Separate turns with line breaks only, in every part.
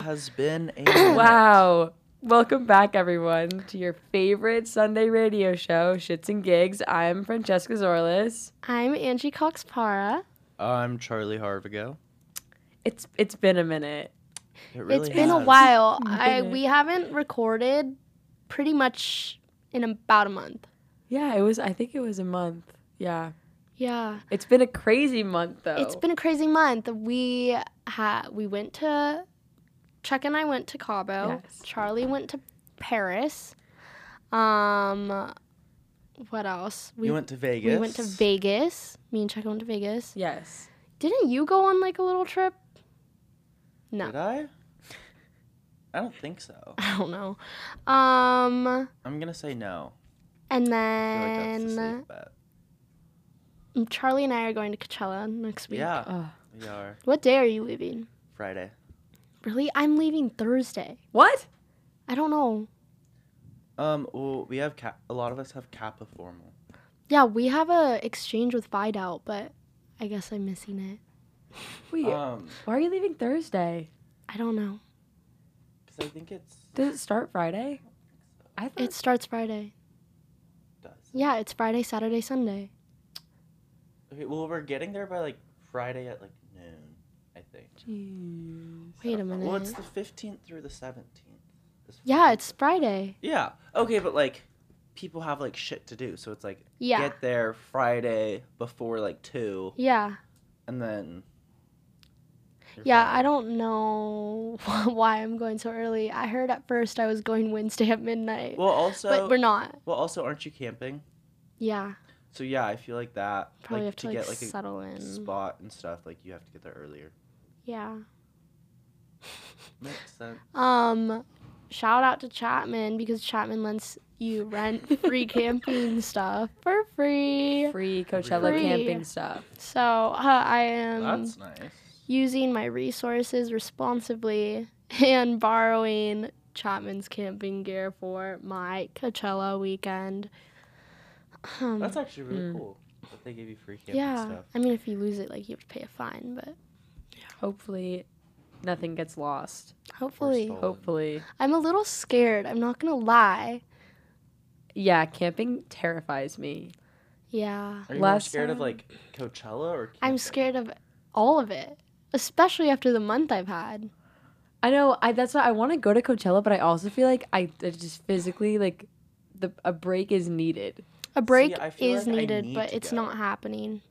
has been a
Wow. Welcome back, everyone, to your favorite Sunday radio show, Shits and Gigs. I'm Francesca Zorlis.
I'm Angie Cox Para.
I'm Charlie Harvigo.
It's It's been a minute.
It really
it's been a
has.
while. I
Minute.
we haven't recorded pretty much in about a month.
Yeah, it was, I think it was a month. Yeah.
Yeah.
It's been a crazy month, though.
Oh.
It's been a crazy month. We ha- we went to Chuck and I went to Cabo.
Yes.
Charlie went to Paris. Um what else?
We went to Vegas.
we went to Vegas. Me and Chuck went to Vegas.
Yes.
Didn't you go on like a little trip? No.
Did I? I don't think so.
I don't know. Um
I'm gonna say no.
and
I feel
uh,
like that's
then
the safe bet.
Mm, Charlie and I are going to Coachella next week.
Yeah,
Ugh.
we are
What day are you leaving?
Friday.
Really? I'm leaving Thursday.
What?
I don't know.
Um, well, we have ca- a lot of us have Kappa formal.
Yeah, we have a exchange with Vidal, but I guess I'm missing it.
Wait,
Um,
why are you leaving Thursday?
I don't know.
because I think it's
Does it start Friday? I thought
It starts Friday.
does.
Yeah, it's Friday, Saturday, Sunday.
Okay, well, we're getting there by like Friday at like noon, I think.
Jeez.
Wait a
Well, it's
minute.
the 15th through the 17th. It's
Yeah, it's Friday.
Yeah. Okay, but like people have like shit to do, so it's like
Yeah.
get there Friday before like 2
yeah.
and then you're
Yeah,
fine.
I don't know why I'm going so early. I heard at first I was going Wednesday at midnight.
Well, also
but we're not.
Well, also aren't you camping?
Yeah.
So yeah, I feel like that like
Probably have to, like,
get like a
settle in.
spot and stuff, like you have to get there earlier.
Yeah.
Makes sense.
Um, shout out to Chapman because Chapman lets you rent free camping stuff for free.
Free Coachella
Free.
camping stuff.
So uh, I am
That's nice.
using my resources responsibly and borrowing Chapman's camping gear for my Coachella weekend. Um,
That's actually really
Mm.
cool that they gave you free camping
yeah,
stuff.
I mean, if you lose it, like you have to pay a fine, but
Hopefully, nothing gets lost.
hopefully,
stolen.
Hopefully.
I'm a little scared. I'm not gonna lie.
Yeah, camping terrifies me.
Yeah.
Are you more
Last
scared of
time-
like Coachella or?
I'm
camping?
scared of all of it, especially after the month I've had.
I know. I that's why I want to go to Coachella, but I also feel like I, I just physically like the a break is needed.
A break
I feel
is
like I
needed,
need
but
to
it's
go.
not happening.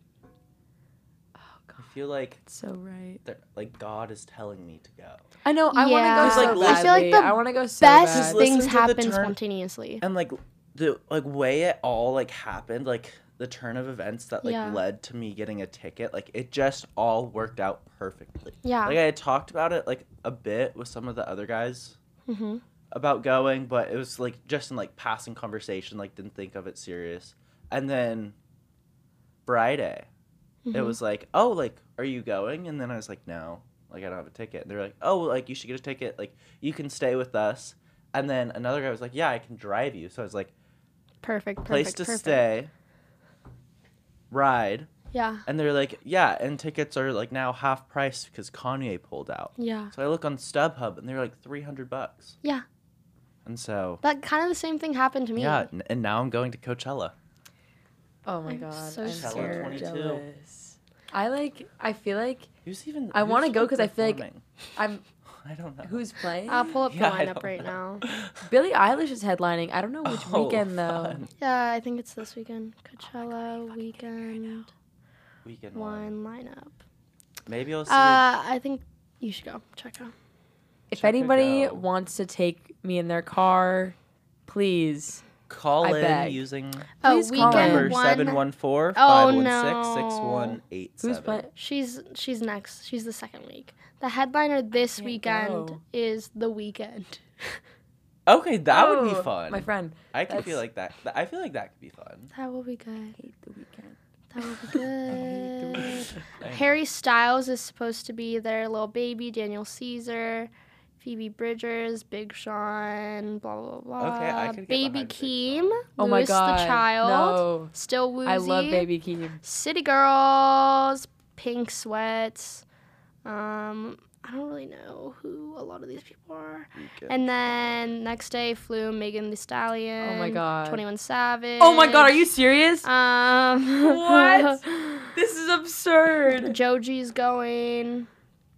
I feel like
So right.
they're- like God is telling me to go.
I know. I
Yeah.
want
It's
to go
like
so
less-
badly.
I
I
feel
like the
I want to go so
Best
bad.
listen
things
to the
happen
turn-
spontaneously.
and like the like way it all like happened like the turn of events that like
Yeah.
led to me getting a ticket like it just all worked out perfectly
Yeah.
like i had talked about it like a bit with some of the other guys
hmm
about going but it was like just in like passing conversation like didn't think of it serious and then friday it
Mm-hmm.
was like oh like are you going and then i was like no like i don't have a ticket and they're like oh like you should get a ticket like you can stay with us and then another guy was like yeah i can drive you so i was like
Mm-hmm. perfect, perfect.
place to
perfect.
stay, ride,
Yeah.
and they're like, yeah, and tickets are like now half price because Kanye pulled out.
Yeah.
So I look on StubHub and they're like three hundred bucks.
Yeah.
And so
That kind of the same thing happened to me.
yeah, n- and now I'm going to Coachella.
Oh my
I'm
god.
so
I'm
Coachella
scared.
22.
Jealous. I like. I feel like
Who's even?
I
who's
wanna
even
go 'cause I feel like-
performing?
I'm.
I don't know.
Who's playing?
I'll pull up
Yeah,
the
I
lineup
don't
right
know.
now.
Billie Eilish is headlining. I don't know which
Oh,
weekend though.
fun.
Yeah, I think it's this weekend. Coachella weekend
Weekend one.
one lineup.
Maybe I'll see.
Uh, I think you should go check out.
If
Check it
anybody
out.
wants to take me in their car, please.
call
I
in
beg.
using
Oh,
Please call
weekend
number
in.
one.
714
Oh,
516
Who's playing?
6187.
She's she's next. She's the second week. The headliner this
can't
weekend
go.
is the weekend.
Okay, that would be
Oh,
fun.
My friend.
I could feel
That's-
like that. I feel like that could be fun.
That will be good.
hate the weekend.
That will be good.
I know.
Harry Styles is supposed to be there. Little Baby, Daniel Caesar, Phoebe Bridgers, Big Sean, blah blah blah.
Okay, I could get
uh, Baby
behind Big
Keem,
Oh my
Louis
god.
the Child,
No.
Still Woozy,
I love Baby Keem.
City Girls, Pink Sweats, um, I don't really know who a lot of these people are.
Weekend.
And then next day flew Megan the Stallion.
Oh my god.
Twenty One Savage.
Oh my god, are you
uh,
serious?
Um.
What? this is absurd.
Joji's going.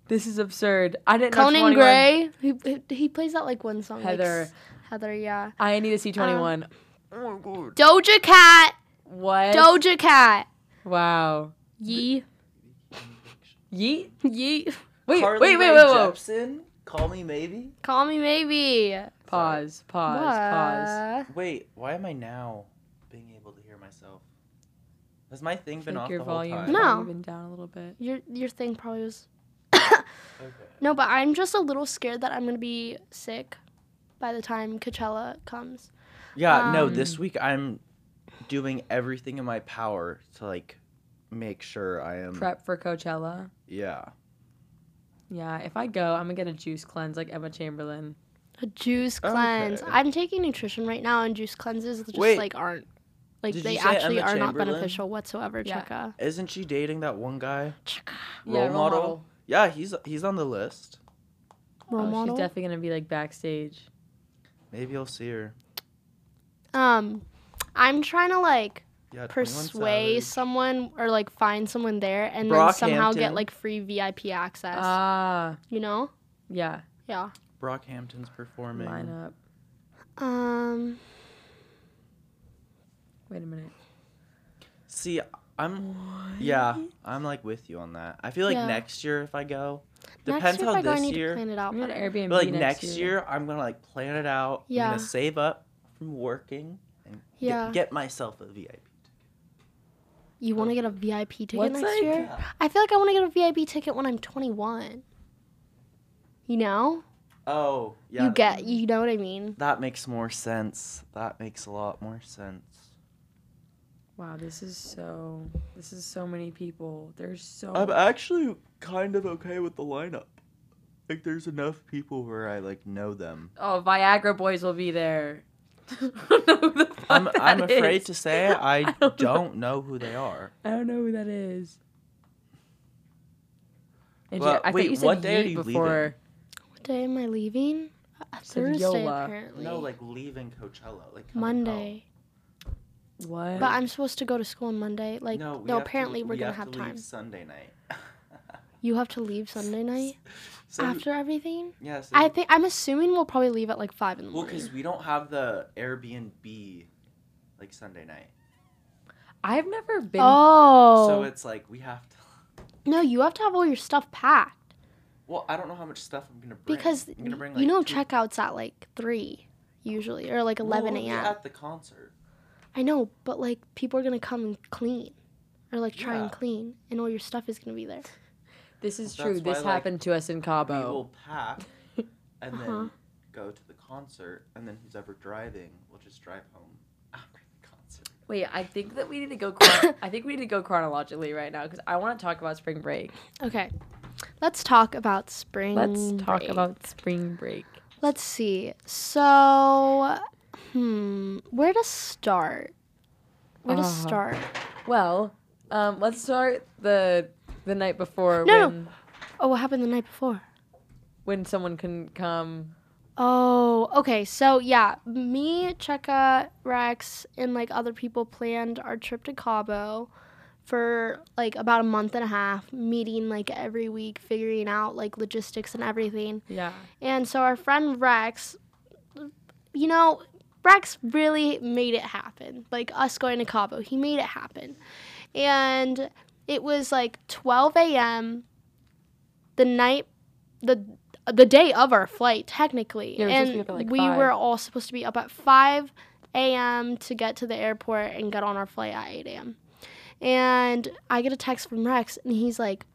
This is absurd. I didn't know
Conan
21.
Gray. He, he he plays that like one song. like,
Heather.
s- Heather. Yeah.
I need to see 21.
Um,
oh my god.
Doja Cat.
what?
Doja Cat.
wow.
Yee.
Yeet?
Yee.
Wait,
Carly
wait, wait,
Rae
wait, wait.
Jepsen, Call me maybe.
Call me maybe.
Pause, pause, pause.
What?
Wait, why am I now being able to hear myself? Has my thing been
Take
off
your
the whole
volume
time?
No.
even down a little bit.
Your your thing probably was.
Okay.
No, but I'm just a little scared that I'm gonna be sick by the time Coachella comes.
Yeah, no,
Um,
this week I'm doing everything in my power to like make sure I am
Prep for Coachella.
yeah.
Yeah, if I go, I'm gonna get a juice cleanse like Emma Chamberlain.
A juice
Okay.
cleanse. I'm taking nutrition right now, and juice cleanses just
Wait.
like aren't like
Did
they
you say
actually
Emma
are not
Chamberlain?
beneficial whatsoever.
Yeah.
Chika.
Isn't she dating that one guy?
Chika.
Yeah,
Role model? Yeah, he's he's on the list.
Role
Oh,
model.
She's definitely gonna be like backstage.
Maybe I'll see her.
um, I'm trying to like
Yeah, 21
persuade
Savage.
someone or like find someone there and then somehow
Brockhampton.
get like free VIP access.
Ah,
you know?
yeah.
Yeah.
Brockhampton's performing.
Lineup.
Um.
Wait a minute.
See, I'm yeah, I'm like with you on that. I feel like
Yeah.
next year if I go,
next
depends
year if
how
I go, I
this
need to
year.
plan it out
I'm gonna
better.
Airbnb
But like
next,
next year, I'm gonna like plan it out. I'm
Yeah.
gonna save up from working and get-
Yeah.
get, myself a VIP.
You want to get a VIP ticket
What's
next
like-
year?
Yeah.
I feel like I want to get a VIP ticket when I'm 21. You know?
Oh, yeah.
you
th-
get, you know what I mean?
that makes more sense. That makes a lot more sense.
Wow, this is so. This is so many people. There's so.
Oh.
I'm actually kind of okay with the lineup. Like there's enough people where I like know them.
oh, Viagra Boys will be there. I don't know who the fuck
I'm
that
I'm afraid
is.
to say I
don't know.
don't know who they are.
I don't know who that is. And
Well,
yeah, I
wait,
thought you said
what day are
yeet
you leaving?
before.
What day am I leaving? Uh,
Said
Thursday,
Yola.
apparently.
No, like leaving Coachella, like coming home.
Monday.
What?
But I'm supposed to go to school on Monday. Like,
we
no,
have to-
apparently we're
we
going to
have
have
to leave
time.
Sunday night.
You have to leave Sunday night
So you-
after everything?
yeah, so
I
you-
think, I'm assuming we'll probably leave at like 5 in the
Well,
morning.
because we don't have the Airbnb like Sunday night,
I've never been.
oh.
so it's like we have to.
no, you have to have all your stuff packed.
Well, I don't know how much stuff I'm gonna bring.
Because
I'm gonna bring,
you
like,
know
two-
checkouts at like three usually or like
Well,
11
we'll be
a.m.
at the concert.
I know, but like people are gonna come and clean or like try
Yeah.
and clean, and all your stuff is gonna be there.
This is
Well,
true.
that's why,
This
like,
happened to us in
We will
Cabo.
pack, and
Uh-huh.
then go to the concert, and then whoever driving will just drive home after the concert.
Wait, I think that we need to go. Chron- I think we need to go chronologically right now because I want to talk about spring break.
Okay, let's talk about spring.
Let's talk
break.
about spring break.
Let's see. So, hmm, where to start? Where to
Uh,
start?
Well, um, let's start the the night before
No, no.
when
Oh, what happened the night before?
when someone can come.
Oh, okay. So yeah, me, Cheka, Rex, and like other people planned our trip to Cabo for like about a month and a half, meeting like every week, figuring out like logistics and everything.
Yeah.
And so our friend Rex, you know, Rex really made it happen. Like us going to Cabo, he made it happen. And it was like 12 a.m. the night, the the day of our flight, technically.
Yeah, we were supposed to
and
be up at, like,
we
five.
were all supposed to be up at 5 a.m. to get to the airport and get on our flight at 8 a.m. And I get a text from Rex, and he's like,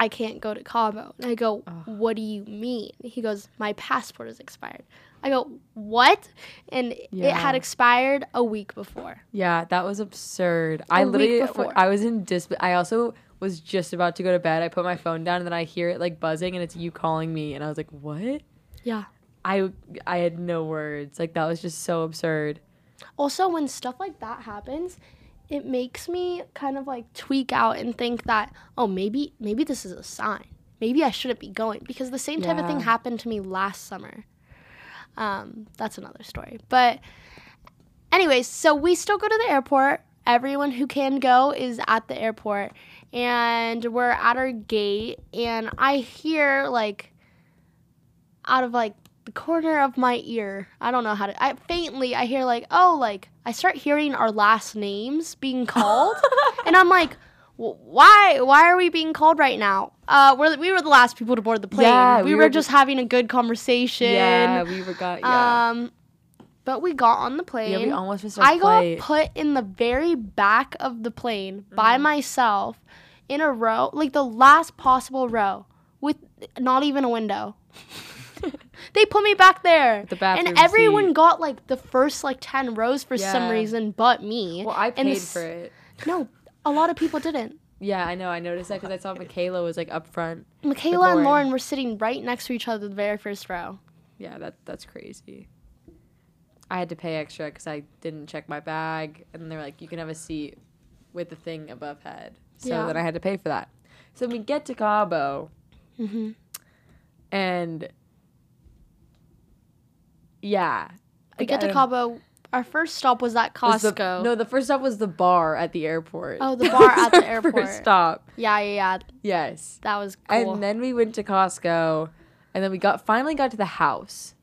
I can't go to Cabo. And I go,
Ugh.
What do you mean? He goes, My passport is expired. I go, What? And it
Yeah.
had expired a week before.
Yeah, that was absurd. I
week
literally,
before.
I was in dis. I also was just about to go to bed. I put my phone down and then I hear it like buzzing and it's you calling me and I was like, what?
Yeah.
I I had no words. Like that was just so absurd.
Also, when stuff like that happens, it makes me kind of like tweak out and think that, oh, maybe maybe this is a sign. maybe I shouldn't be going because the same type of thing
Yeah.
happened to me last summer. Um, that's another story. But, anyways, so we still go to the airport. Everyone who can go is at the airport, and we're at our gate. And I hear like out of like the corner of my ear, I don't know how to. I faintly I hear like oh like I start hearing our last names being called, and I'm like. "Wh- Why? Why are we being called right now? Uh, we're, we were the last people to board the plane.
Yeah,
we,
we
were,
were
just having a good conversation.
Yeah, we were got. Yeah,
Um, but we got on the plane.
yeah, we almost missed our
Um, I got
flight.
put in the very back of the plane
Mm-hmm.
by myself in a row, like the last possible row, with not even a window. they put me back there.
The bathroom
and everyone
seat.
got like the first like 10 rows for some
Yeah.
reason but me.
well, I
and
paid
the
for it.
s- No, a lot of people didn't.
Yeah, I know. I noticed that because I saw Michaela was like up front.
Michaela and
Lauren.
Lauren were sitting right next to each other the very first row.
Yeah, that that's crazy. I had to pay extra because I didn't check my bag, and they're like, "You can have a seat with the thing above head." So
Yeah.
then I had to pay for that. So we get to Cabo, Mm-hmm.
Mhm.
and yeah,
We
Like,
get
I
to
don't-
Cabo. Our first stop was at Costco.
was the- no, the first stop was the bar at the airport.
Oh, the
That
bar
was
at the
our
airport.
First stop,
Yeah, yeah, yeah.
yes.
That was cool.
And then we went to Costco, and then we got finally got to the house.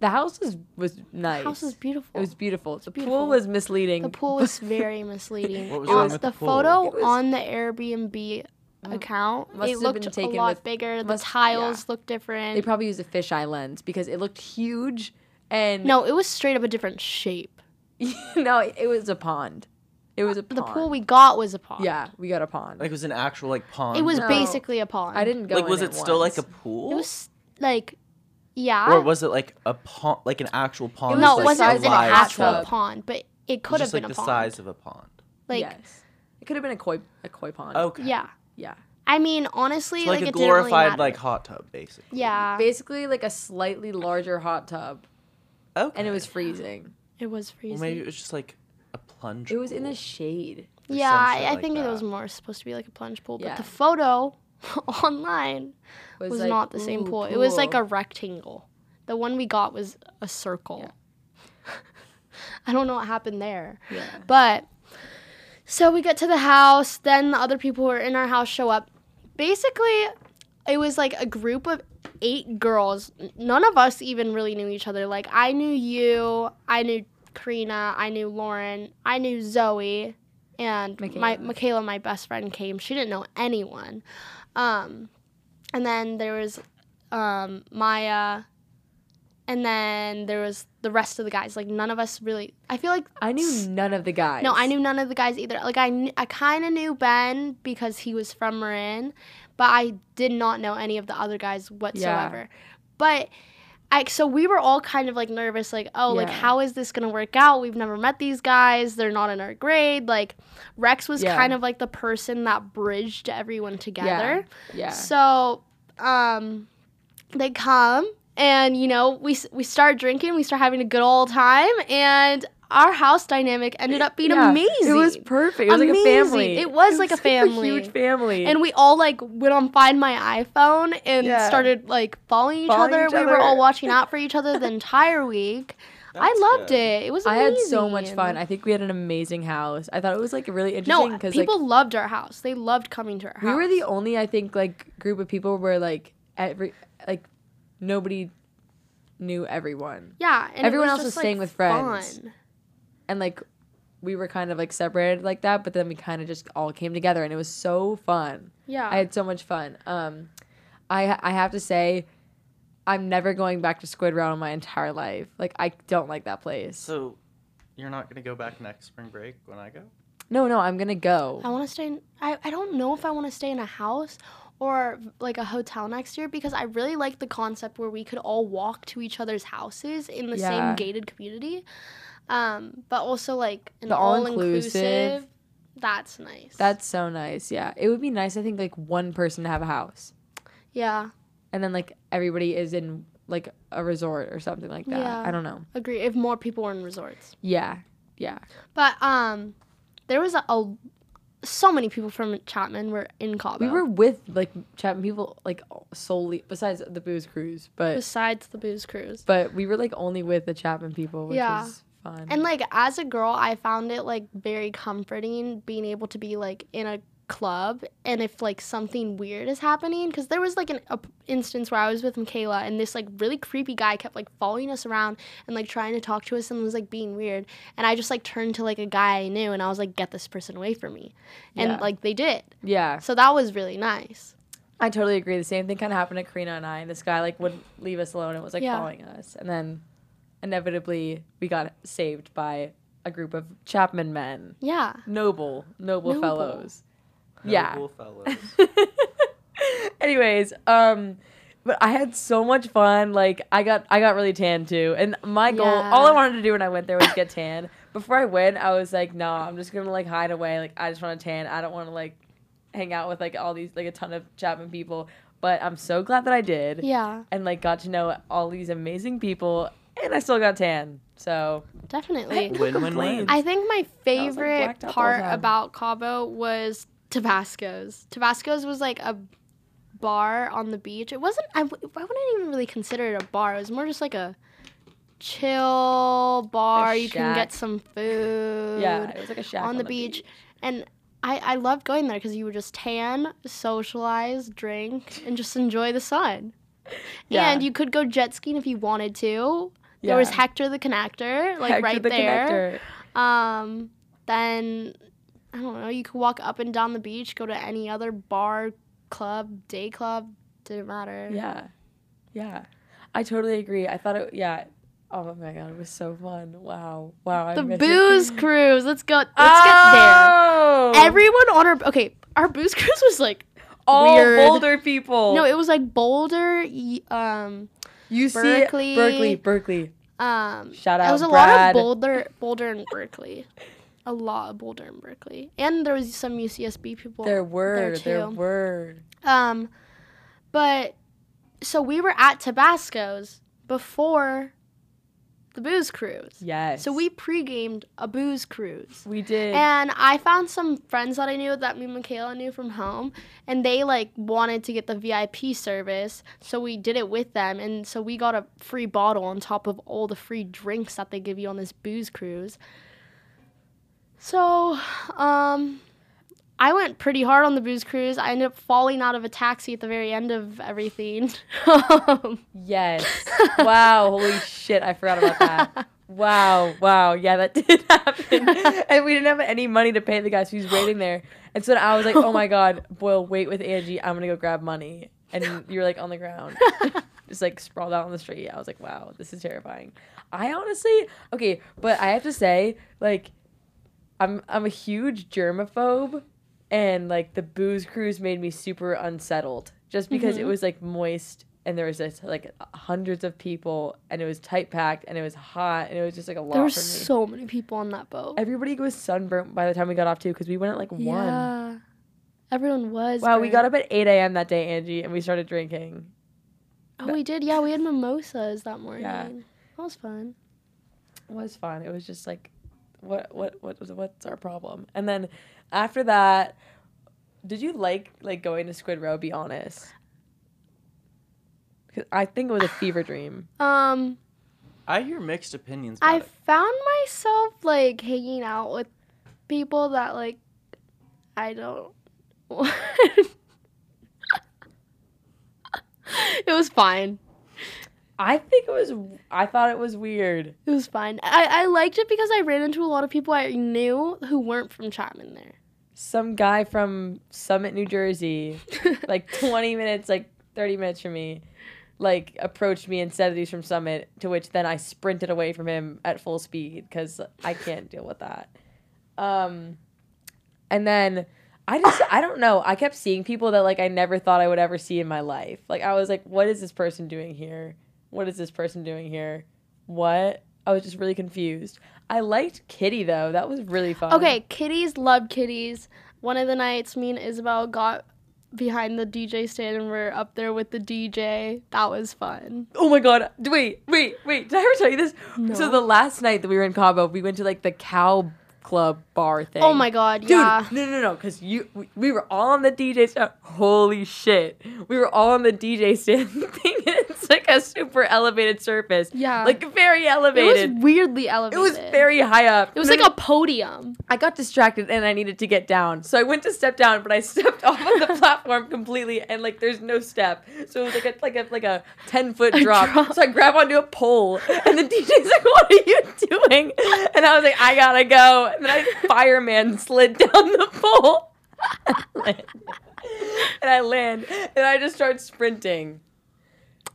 The house was was nice.
the house was beautiful.
It was beautiful. the
beautiful.
pool was misleading.
the pool was very misleading.
What was
It
wrong with
the
the pool?
photo
It was- Mm.
on the Airbnb account?
must
It
have
looked
been taken
a lot
with-
bigger.
must-
the tiles
yeah.
looked different.
they probably used a fisheye lens because it looked huge. And
no, it was straight up a different shape.
no, it was a pond. It was a pond.
The pool we got was a pond.
Yeah, we got a pond.
Like it was an actual like pond.
It was
No.
basically a pond.
I didn't go.
like
in
was it still like
once.
a pool?
It was like, yeah.
or was it like a pond, like an actual pond?
no,
with,
it
like,
wasn't
size
a
of
an
a
live
actual
shrub?
bathtub.
pond, but it
It
could
was
have
just
been
like
a
the
pond.
size of a pond.
like,
yes. It could have been a koi a koi pond.
Okay.
yeah.
yeah.
I mean, honestly,
It's
like,
like, a
it didn't really
glorified
matter.
like hot tub, basically.
yeah,
Basically, like a slightly larger hot tub,
Okay.
and it was freezing.
it was freezing.
Well, maybe it was just like a plunge.
It was in the
pool.
shade.
or
Yeah,
some
I,
shit
I
like
think it was
that.
more supposed to be like a plunge pool, but
Yeah.
the photo online was,
like,
not the same
ooh,
pool. It was like
cool.
a rectangle. The one we got was a circle. I don't know what happened there.
Yeah.
But so we get to the house, then the other people who are in our house show up. Basically, it was like a group of eight girls. N- None of us even really knew each other. Like I knew you, I knew Karina, I knew Lauren, I knew Zoe, and my
Michaela.
Michaela, my best friend, came. She didn't know anyone. Um, and then there was um, Maya. And then there was the rest of the guys. Like none of us really. I feel like
I knew none of the guys.
no, I knew none of the guys either. Like I, kn- I kind of knew Ben because he was from Marin, but I did not know any of the other guys whatsoever. But I, so we were all kind of like nervous, like, oh, like
Yeah.
how is this gonna work out? We've never met these guys. They're not in our grade. Like Rex was
Yeah.
kind of like the person that bridged everyone together.
Yeah.
So, um, they come and you know we s- we start drinking, we start having a good old time, and our house dynamic ended up being
Yeah,
amazing.
It was perfect. It was like a
Amazing.
family.
It was like a family.
huge family.
and we all like went on Find My iPhone and
Yeah.
started like following each
Following
other.
each
We were all
other.
watching out for each other the entire week. I
That's
loved
good.
it. It was.
I
Amazing.
had so much fun. I think we had an amazing house. I thought it was like really interesting
no,
because
people loved our house. They loved coming to our
like
house.
we were the only I think like group of people where like every like nobody knew everyone
yeah. And it
everyone else
just,
was
like,
staying with friends.
fun.
and like we were kind of like separated like that but then we kind of just all came together and it was so fun.
Yeah.
I had so much fun. Um, I I have to say, I'm never going back to Squid Row in my entire life. Like I don't like that place.
So, you're not gonna go back next spring break when I go?
No, no, I'm gonna go.
I want to stay in. I, I don't know if I want to stay in a house or like a hotel next year because I really like the concept where we could all walk to each other's houses in the
Yeah.
same gated community. Um, but also like an
The
all
all-inclusive.
inclusive. That's nice.
That's so nice. Yeah, it would be nice. I think like one person to have a house,
yeah.
and then like everybody is in like a resort or something like that.
Yeah.
I don't know.
Agree. If more people were in resorts,
Yeah, yeah.
but um, there was a, a so many people from Chapman were in Cabo.
We were with like Chapman people like solely besides the booze cruise, but
besides the booze cruise.
but we were like only with the Chapman people, which
Yeah.
was fun.
And like as a girl, I found it like very comforting being able to be like in a club and if like something weird is happening because there was like an a, instance where I was with Michaela and this like really creepy guy kept like following us around and like trying to talk to us and was like being weird and I just like turned to like a guy I knew and I was like get this person away from me and
Yeah.
like they did
yeah,
so that was really nice
I totally agree. The same thing kind of happened to Karina and I. This guy like wouldn't leave us alone and was like
Yeah.
following us, and then inevitably we got saved by a group of Chapman men,
yeah
noble, noble,
Noble.
fellows. Yeah.
Noble fellows.
Anyways, um but I had so much fun. Like I got I got really tan too. And my goal
Yeah.
all I wanted to do when I went there was get tan. Before I went, I was like, no, I'm just gonna like hide away. Like I just wanna tan. I don't wanna like hang out with like all these like a ton of Chapman people. But I'm so glad that I did
yeah
and like got to know all these amazing people and I still got tan. So
definitely
Win, win, win.
complaints.
I think my
was, like,
favorite
blacked out the whole
part
time.
about Cabo was Tabasco's. Tabasco's was like a bar on the beach. It wasn't. I, w- I wouldn't even really consider it a bar. It was more just like a chill bar. you can
shack.
get some food
yeah, it was like a shack
on, the, beach. and. I, I loved going there because you would just tan, socialize, drink, and just enjoy the sun.
Yeah.
And you could go jet skiing if you wanted to. There was
Yeah.
Hector the Connector, like
Hector
right
the
there.
Connector.
Um, then I don't know. You could walk up and down the beach, go to any other bar, club, day club. Didn't matter.
Yeah. Yeah. I totally agree. I thought it yeah. Oh my god, it was so fun. Wow. Wow.
The
I miss
booze
It.
cruise. Let's go. Let's
oh!
get there. Everyone on our okay. Our booze cruise was like
all
weird.
Boulder people.
no, it was like Boulder. y- Um,
you see
Berkeley.
Berkeley, Berkeley.
um.
Shout out
It was a lot
Brad.
of Boulder, Boulder and Berkeley. A lot of Boulder and Berkeley, and there was some UCSB people.
there were, there,
too.
were.
Um, but so we were at Tabasco's before the booze cruise.
Yes.
So we pre-gamed a booze cruise.
we did.
And I found some friends that I knew that me and Michaela knew from home, and they like wanted to get the VIP service, so we did it with them, and so we got a free bottle on top of all the free drinks that they give you on this booze cruise. So, um, I went pretty hard on the booze cruise. I ended up falling out of a taxi at the very end of everything. Um,
yes. wow. Holy shit! I forgot about that. Wow, wow, yeah, that did happen. and we didn't have any money to pay the guy, so he was waiting there. And so I was like, oh my god, Boyle, wait with Angie, I'm gonna go grab money. And you were like on the ground, just like sprawled out on the street. I was like, wow, this is terrifying. I honestly, okay, but I have to say, like, I'm I'm a huge germaphobe, and like the booze cruise made me super unsettled just because
Mm-hmm.
it was like moist and there was just like hundreds of people and it was tight packed and it was hot and it was just like a lot
there were
for me.
so many people on that boat.
Everybody was sunburnt by the time we got off too because we went at like one.
Yeah. Everyone was.
Wow, we
burnt.
got up at eight a.m. that day, Angie, and we started drinking.
Oh,
That-
we did. Yeah, we had mimosas that morning.
Yeah.
That was fun.
It was fun. It was just like, what what what what's our problem? And then after that, did you like like going to Squid Row? Be honest. 'Cause I think it was a fever dream.
Um,
I hear mixed opinions. About
I
it.
found myself like hanging out with people that like I don't. it was fine.
I think it was. I thought it was weird.
It was fine. I, I liked it because I ran into a lot of people I knew who weren't from Chapman there.
Some guy from Summit, New Jersey, like 20 minutes, like 30 minutes from me, like approached me and said that he's from Summit, to which then I sprinted away from him at full speed because I can't deal with that. Um, and then I just, I don't know. I kept seeing people that like I never thought I would ever see in my life. Like I was like, what is this person doing here? What is this person doing here? What? I was just really confused. I liked Kitty though. That was really fun.
Okay, kitties love kitties. One of the nights, me and Isabel got behind the DJ stand and we're up there with the DJ. That was fun.
Oh my god. D- Wait, wait, wait. Did I ever tell you this? So the last night that we were in Cabo, we went to like the cow club bar thing.
Oh my god,
Dude,
yeah.
no, no, no, because you we, we were all on the DJ stand. Holy shit, we were all on the DJ stand thing. and It's like a super elevated surface.
Yeah.
like very
It
elevated.
was weirdly elevated.
very high up.
It was
No,
like
no,
a podium.
I got distracted and I needed to get down. So I went to step down, but I stepped off of the platform completely and like there's no step. So it was like a like a like a ten foot
A
drop.
drop.
So I grab onto a pole and the DJ's like, What are you doing? And I was like, I gotta go. And then I fireman slid down the pole. and I land and I just start sprinting.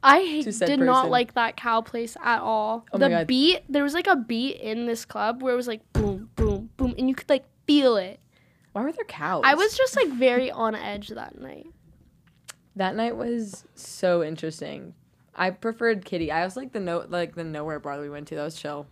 I
To
did
said
not
person.
like that cow place at all.
Oh my
the
God.
beat, there was like a beat in this club where it was like boom, boom, boom, and you could like feel it.
Why were there cows?
I was just like very on edge that night.
That night was so interesting. I preferred Kitty. I was like the no like the nowhere bar we went to. That was chill.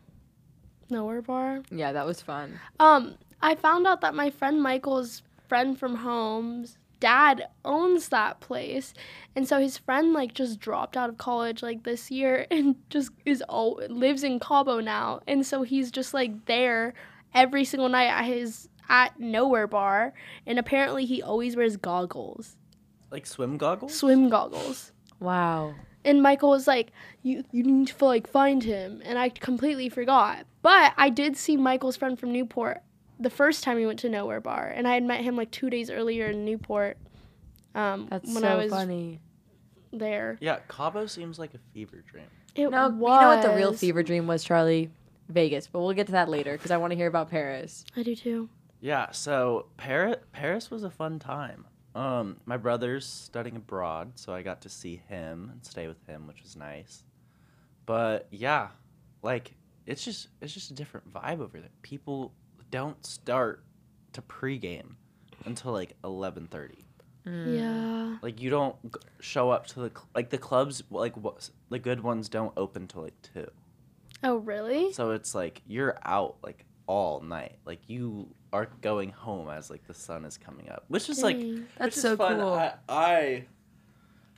Nowhere bar.
Yeah, that was fun.
Um, I found out that my friend Michael's friend from home's dad owns that place, and so his friend like just dropped out of college like this year and just is all lives in Cabo now, and so he's just like there every single night at his at nowhere bar, and apparently he always wears goggles,
Like swim goggles?
swim goggles.
Wow.
And Michael was like, "You you need to like find him," and I completely forgot. But I did see Michael's friend from Newport the first time he went to Nowhere Bar, and I had met him like two days earlier in Newport. Um,
That's
when
so
I was
funny.
there,
Yeah, Cabo seems like a fever dream.
it
No,
was.
you know what the real fever dream was, Charlie? Vegas. But we'll get to that later because I want to hear about Paris.
I do too.
Yeah, so Paris Paris was a fun time. Um, my brother's studying abroad, so I got to see him and stay with him, which was nice. But yeah, like it's just it's just a different vibe over there. People don't start to pregame until like eleven thirty.
Mm.
Yeah,
Like you don't g- show up to the cl- like the clubs like what the good ones don't open till like two.
Oh, really?
So it's like you're out like all night. Like you are going home as like the sun is coming up, which is like
Dang.
That's
which is
so
fun.
cool.
I, I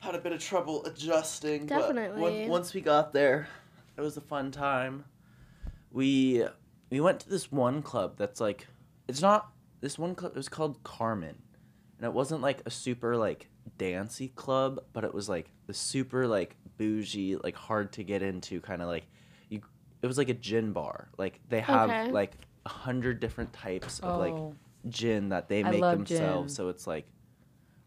had a bit of trouble adjusting. but on-
Definitely.
once we got there, it was a fun time. We we went to this one club that's like it's not this one club. It was called Carmen, and it wasn't like a super like dancey club, but it was like the super like bougie, like hard to get into kind of like you. It was like a gin bar. Like they have
Okay.
like a hundred different types of like
Oh.
gin that they
I
make
love
themselves.
gin.
So it's like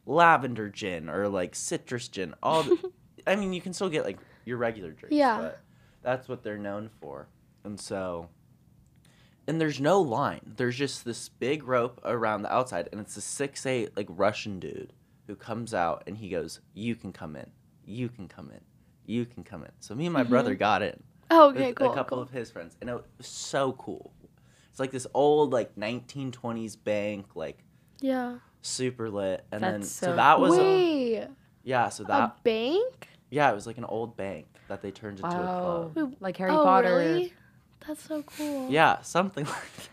lavender gin or like citrus gin. All the, I mean, you can still get like your regular drinks.
Yeah.
But that's what they're known for. And so, and there's no line. There's just this big rope around the outside, and it's a six eight like Russian dude who comes out and he goes, "You can come in. You can come in. You can come in." So me and my brother
Mm-hmm.
got in
Oh, okay,
with
cool.
a couple
cool.
of his friends, and it was so cool. It's like this old like 1920s bank, like
yeah.
super lit, and then
That's
so,
so
that was a,
Wait,
yeah, so
a
that
bank?
yeah, it was like an old bank that they turned into a
Wow.
club.
Wait,
Like Harry
oh,
Potter.
really? That's so cool.
Yeah, something like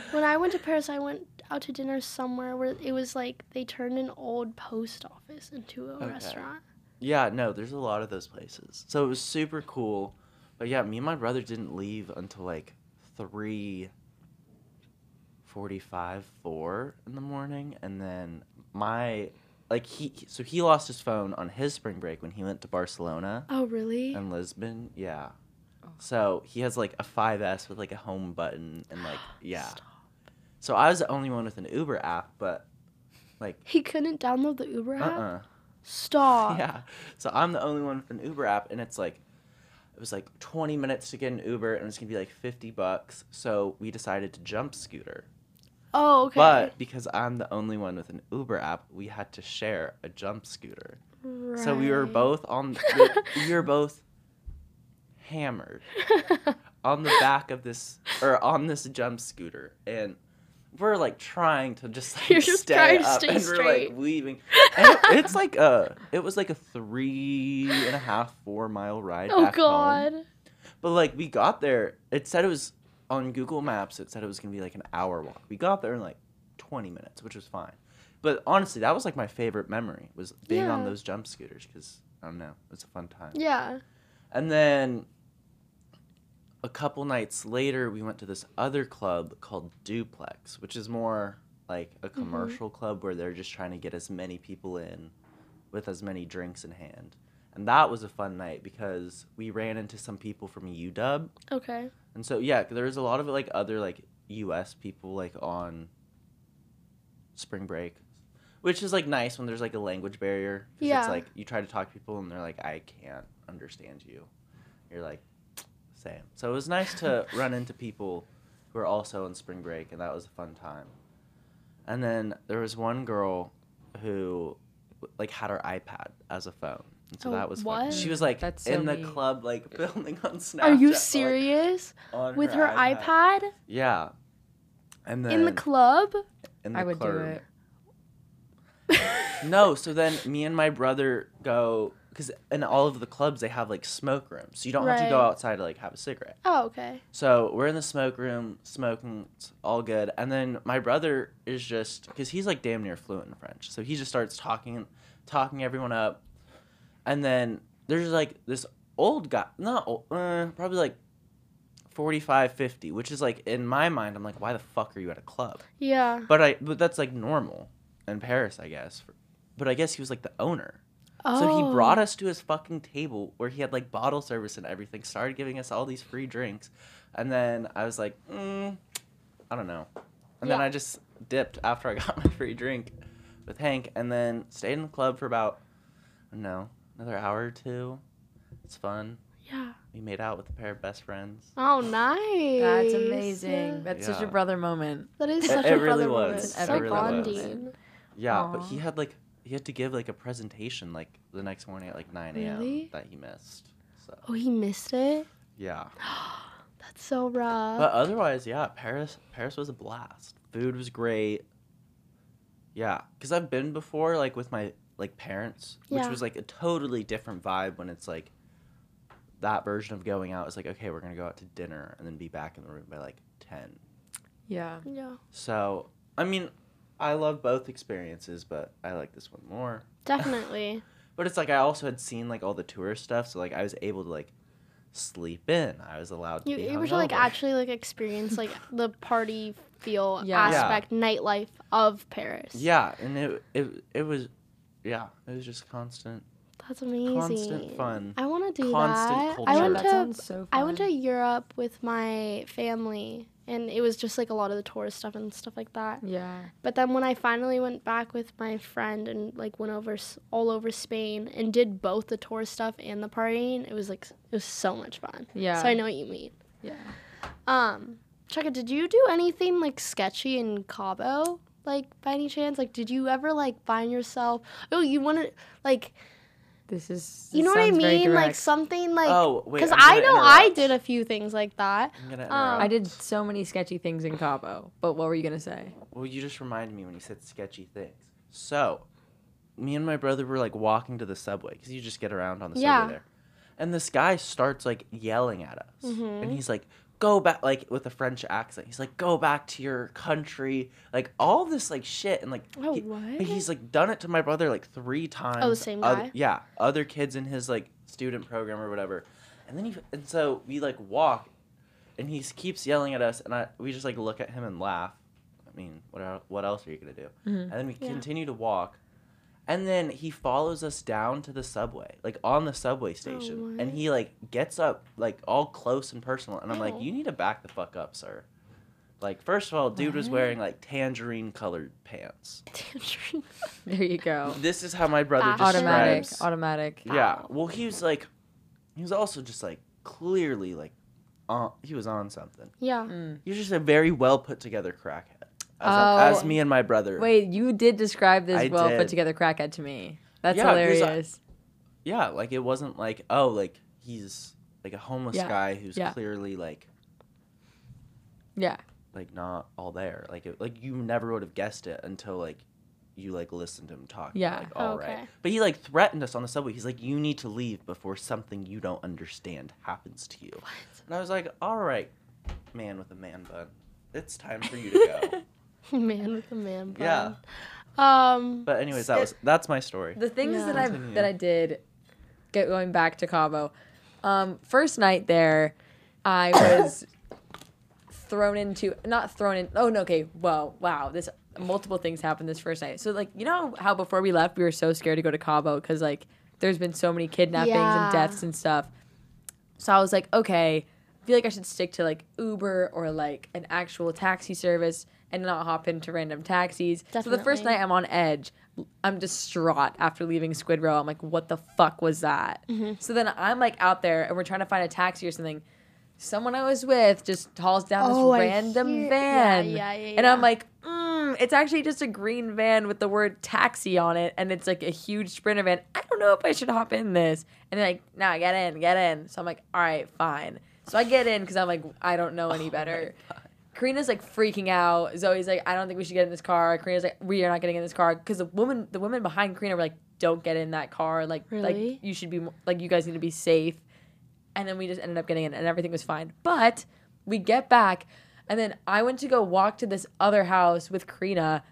that.
When I went to Paris, I went out to dinner somewhere where it was like they turned an old post office into a
Okay.
restaurant.
Yeah, no, there's a lot of those places. So it was super cool, but yeah, me and my brother didn't leave until like three. 45 4 in the morning and then my like he so he lost his phone on his spring break when he went to barcelona
Oh, really?
and Lisbon, yeah. So he has like a 5S with like a home button and like yeah. So I was the only one with an Uber app, but like
he couldn't download the Uber
uh
app?
uh
Stop.
yeah. So I'm the only one with an Uber app, and it's like, it was like 20 minutes to get an Uber, and it's gonna be like 50 bucks. So we decided to jump scooter.
Oh, okay.
But because I'm the only one with an Uber app, we had to share a jump scooter. So we were
Right.
both on. The, we were both hammered
Oh,
on the back of this or on this jump scooter, and we're like trying to just like
You're just
stay
trying to
up,
stay
and we're
straight.
like weaving. And it- it's like a. It was like a three and a half, four mile ride.
Oh,
back home.
God.
But like we got there, it said it was on Google Maps. It said it was gonna be like an hour walk. We got there in like twenty minutes, which was fine. But honestly, that was like my favorite memory was being on
Yeah.
those jump scooters because I don't know, it was a fun time.
Yeah.
And then a couple nights later, we went to this other club called Duplex, which is more like a commercial club where they're just trying to get as many people in with as many drinks in hand. And that was a fun night because we ran into some people from UW.
Okay.
And so yeah, there was a lot of like other like US people like on spring break. Which is like nice when there's like a language barrier. 'cause
Yeah.
It's like you try to talk to people and they're like, I can't understand you. You're like, same. So it was nice to run into people who are also on spring break and that was a fun time. And then there was one girl who like had her iPad as a phone. And so
Oh,
that was fun.
what?
She was like
That's so
in the
neat.
club like filming on Snapchat.
Are you
like,
serious?
on
With her iPad
Yeah. And then
in the club?
in the
I would
club.
do it.
No, so then me and my brother go because in all of the clubs they have like smoke rooms, so you don't have to go
Right.
outside to like have a cigarette.
Oh, okay.
So we're in the smoke room smoking, it's all good, and then my brother is just because he's like damn near fluent in French, so he just starts talking, talking everyone up, and then there's like this old guy, not old, uh, probably like 45, 50, which is like in my mind I'm like, why the fuck are you at a club?
Yeah.
But I but that's like normal in Paris, I guess. But I guess he was like the owner.
Oh.
So he brought us to his fucking table where he had like bottle service and everything, started giving us all these free drinks. And then I was like, mm, I don't know. And then
Yeah.
I just dipped after I got my free drink with Hank and then stayed in the club for about, I don't know, another hour or two. It's fun.
Yeah.
We made out with a pair of best friends.
Oh, nice.
That's amazing.
Yeah.
That's such a
Yeah.
brother moment.
That is
It-
such
it
a
really
brother moment.
was.
It
so
really was.
bonding.
Yeah, but
Aw.
he had like he had to give like a presentation like the next morning at like nine a.m.
Really?
that he missed. So
Oh, he missed it.
yeah,
That's so rough.
but otherwise, yeah, Paris Paris was a blast. Food was great. Yeah, because I've been before like with my like parents, which
Yeah.
was like a totally different vibe when it's like that version of going out is like okay, we're gonna go out to dinner and then be back in the room by like ten.
Yeah.
yeah,
So I mean, I love both experiences, but I like this one more.
definitely.
But it's like I also had seen like all the tourist stuff, so like I was able to like sleep in. I was allowed to
You
be
able to like
hungover.
actually like experience like the party feel
Yeah.
Yeah.
aspect nightlife of Paris.
Yeah, and it it it was yeah, it was just constant.
that's amazing.
Constant fun.
I want to do
Constant
that.
culture.
I went
that
to
sounds so fun.
I went to Europe with my family, and it was just like a lot of the tourist stuff and stuff like that.
Yeah.
But then when I finally went back with my friend and like went over s- all over Spain and did both the tour stuff and the partying, it was like s- it was so much fun.
Yeah.
So I know what you mean.
Yeah.
Um, Chaka, did you do anything like sketchy in Cabo? Like by any chance? Like did you ever like find yourself? Oh, you want to like
This is.
you know what I
sounds very
mean? Like
direct.
something like
oh wait,
because
I'm
I
gonna
know I
interrupt.
did a few things like that.
I'm gonna
um,
interrupt.
I did so many sketchy things in Cabo, but what were you gonna say?
Well, you just reminded me when you said sketchy things. So, me and my brother were like walking to the subway because you just get around on the
Yeah.
subway there. And this guy starts like yelling at us.
Mhm.
And he's like, go back, like with a French accent. He's like, go back to your country. Like all this like shit. And like,
Oh,
he-
what? Oh,
but he's like done it to my brother like three times.
same
Oth-
guy?
yeah. Other kids in his like student program or whatever. And then he, and so we like walk and he s- keeps yelling at us, and I we just like look at him and laugh. I mean, what el- what else are you gonna do? And then we
Mm-hmm. Yeah.
continue to walk, and then he follows us down to the subway, like on the subway station,
Oh, what?
and he like gets up like all close and personal, and I'm like,
Ow.
you need to back the fuck up, sir. Like first of all, dude was
What?
wearing like tangerine colored pants.
There you go.
This is how my brother
Fashion.
Oh. Ah, Automatic.
describes.
Automatic.
Yeah.
Wow.
Well, he was like, he was also just like clearly like, on, he was on something.
yeah.
Mm.
You're just a very well put together crackhead. As,
Oh.
as me and my brother.
Wait, you did describe this
I
well
did.
put together crackhead to me. That's
Yeah, 'cause I-
hilarious.
Yeah, like it wasn't like, oh, like he's like a homeless
Yeah.
guy who's
Yeah.
clearly like
Yeah.
like not all there. Like it, like you never would have guessed it until like you like listened to him talk. You're
Yeah.
Like, all right.
Okay.
But he like threatened us on the subway. He's like, You need to leave before something you don't understand happens to you. And I was like, All right, man with a man bun. It's time for you to go.
man with a man bun.
yeah.
Um.
But anyways, that was that's my story.
The things
Yeah.
that I
Continue.
that I did, get going back to Cabo. Um, first night there, I was thrown into not thrown in. Oh no, okay. Well, wow. This multiple things happened this first night. So like you know how before we left we were so scared to go to Cabo because like there's been so many kidnappings
Yeah.
and deaths and stuff. So I was like, okay, I feel like I should stick to like Uber or like an actual taxi service and not hop into random taxis. So the first
Definitely.
night I'm on edge. I'm distraught after leaving Squid Row. I'm like, what the fuck was that?
Mm-hmm.
So then I'm like out there and we're trying to find a taxi or something. Someone I was with just hauls down
Oh, I
this random
hear- yeah,
van.
yeah, yeah,
And I'm
yeah.
like, mm, it's actually just a green van with the word taxi on it. And it's like a huge sprinter van. I don't know if I should hop in this. And they're like, no, get in, get in. So I'm like, all right, fine. So I get in because I'm like, I don't know
Oh
any better. Karina's like freaking out. Zoe's like, I don't think we should get in this car. Karina's like, we are not getting in this car because the woman, the women behind Karina were like, don't get in that car. Like,
Really?
like you should be mo- like, you guys need to be safe. And then we just ended up getting in, and everything was fine. But we get back, and then I went to go walk to this other house with Karina,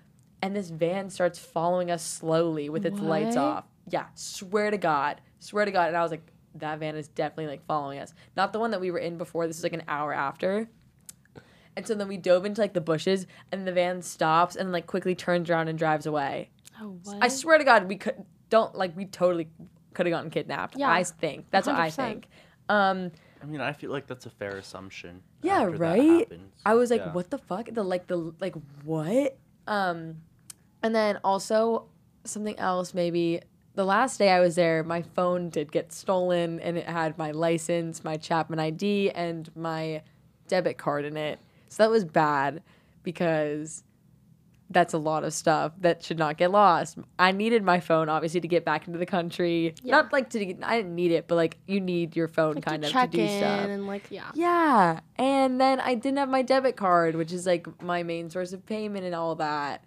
and this van starts following us slowly with its lights
What?
off. Yeah, swear to God, swear to God. And I was like, that van is definitely like following us. Not the one that we were in before. This is like an hour after. And so then we dove into like the bushes, and the van stops and like quickly turns around and drives away.
Oh, what?
I swear to God, we could don't like we totally could have gotten kidnapped.
Yeah.
I think that's what I
100%.
think. Um,
I mean, I feel like that's a fair assumption.
Yeah,
after that
right?
happens.
I was like,
Yeah.
what the fuck? The like the like what? Um and then also something else maybe the last day I was there, my phone did get stolen and it had my license, my Chapman ID, and my debit card in it. So that was bad because that's a lot of stuff that should not get lost. I needed my phone obviously to get back into the country.
Yeah.
Not like to get, I didn't need it, but like you need your phone
like
kind
to
of to
check
do
in
stuff.
and like yeah.
Yeah. And then I didn't have my debit card, which is like my main source of payment and all that.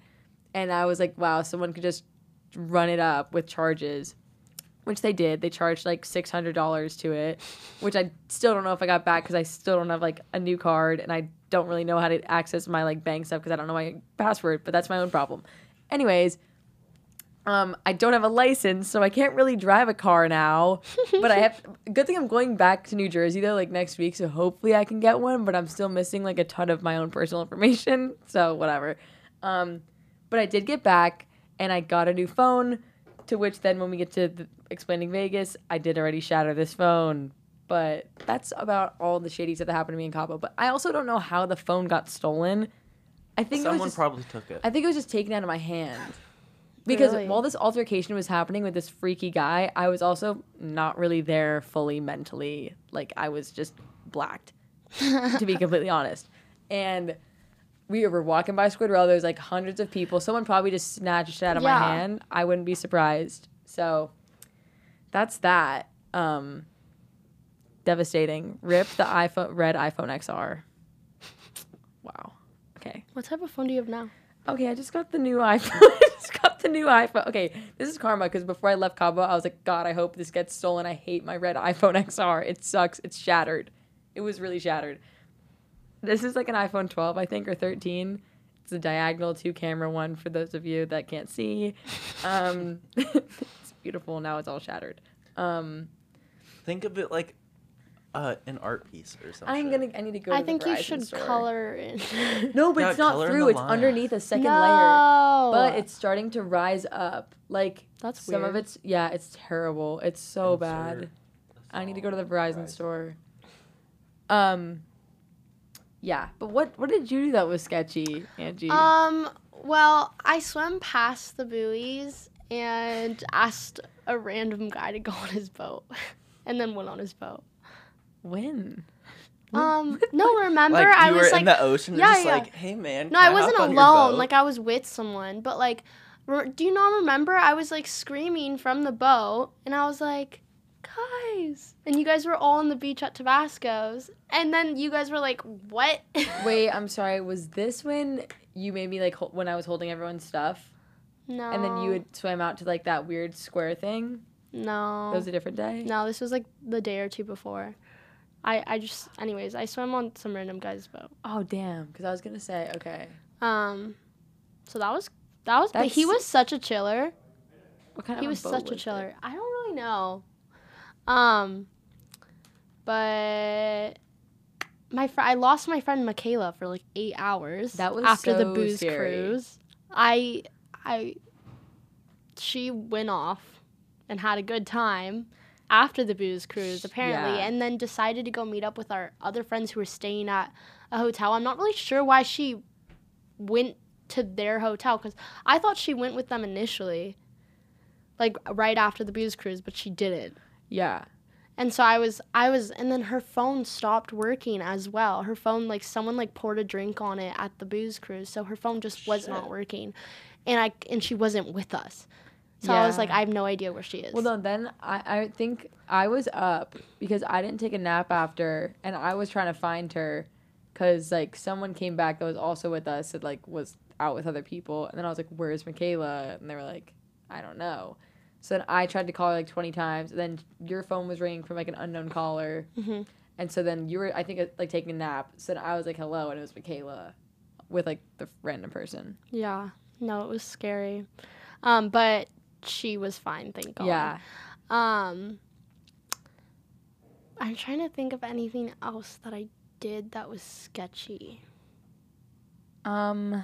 And I was like, wow, someone could just run it up with charges, which they did. They charged like $600 to it, which I still don't know if I got back because I still don't have like a new card and I don't really know how to access my like bank stuff because I don't know my password, but that's my own problem. Anyways, um, I don't have a license, so I can't really drive a car now. but I have. Good thing I'm going back to New Jersey though, like next week, so hopefully I can get one. But I'm still missing like a ton of my own personal information, so whatever. Um, but I did get back, and I got a new phone. To which then, when we get to the, explaining Vegas, I did already shatter this phone. But that's about all the shady stuff that happened to me in Cabo. But I also don't know how the phone got stolen. I think it was
Someone
just-
probably took it.
I think it was just taken out of my hand. Because
Really?
while this altercation was happening with this freaky guy, I was also not really there fully mentally. Like I was just blacked, to be completely honest. And we were walking by Squid Row. There's like hundreds of people. Someone probably just snatched it out of my
Yeah.
hand. I wouldn't be surprised. So that's that. Um, devastating. Rip the iPhone, red iPhone XR. Wow. Okay.
What type of phone do you have now?
Okay, I just got the new iPhone. I just got the new iPhone. Okay, this is karma because before I left Cabo, I was like, God, I hope this gets stolen. I hate my red iPhone XR. It sucks. It's shattered. It was really shattered. This is like an iPhone 12, I think, or 13. It's a diagonal two camera one for those of you that can't see. Um, it's beautiful. Now it's all shattered. Um,
Think of it like uh, an art piece or something.
I'm gonna. I need to go.
I
to the
think you
Verizon
should
store.
color it.
No, but
Yeah,
it's not
color in
through.
the
It's
line.
underneath a second layer.
no.
but it's starting to rise up. Like
That's
some of
weird.
it's yeah, it's terrible. It's so bad. I need to go to the Verizon
Verizon.
store. Um, yeah, but what what did you do that was sketchy, Angie?
Um. Well, I swam past the buoys and asked a random guy to go on his boat, and then went on his boat.
when?
Um. No, remember
Like,
I
you
was
were
like,
in the ocean and
yeah,
just
yeah.
like, hey man.
no,
can
I wasn't
hop on your
alone.
boat?"
Like I was with someone, but like, re- do you not remember? I was like screaming from the boat, and I was like, guys, and you guys were all on the beach at Tabasco's, and then you guys were like, what?
Wait, I'm sorry. Was this when you made me like hol- when I was holding everyone's stuff,
no.
and then you would swim out to like that weird square thing?
no.
That was a different day.
No, this was like the day or two before. I, I just anyways, I swam on some random guy's boat.
Oh damn! Because I was gonna say okay.
Um so that was that was but he
That's-
was such a chiller.
What kind
He
of
was
boat
such a
it?
chiller. I don't really know. Um but my fr- I lost my friend Michaela for like eight hours.
That was
after the
so
booze
scary.
cruise. I I she went off and had a good time after the booze cruise apparently,
Yeah.
and then decided to go meet up with our other friends who were staying at a hotel. I'm not really sure why she went to their hotel because I thought she went with them initially, like right after the booze cruise, but she didn't.
Yeah.
And so I was, I was, and then her phone stopped working as well. Her phone, like someone like poured a drink on it at the booze cruise, so her phone just was not
Shit.
working, and I and she wasn't with us. So I was
Yeah.
like, I have no idea where she is.
Well, no, then I, I think I was up because I didn't take a nap after, and I was trying to find her because, like, someone came back that was also with us that, like, was out with other people. And then I was like, Where's Michaela? And they were like, I don't know. So then I tried to call her like 20 times, and then your phone was ringing from like an unknown caller.
Mhm.
And so then you were, I think, uh, like taking a nap. So then I was like, hello, and it was Michaela with like the random person.
yeah, no, it was scary, um, but she was fine, thank God.
Yeah.
Um, I'm trying to think of anything else that I did that was sketchy.
Um,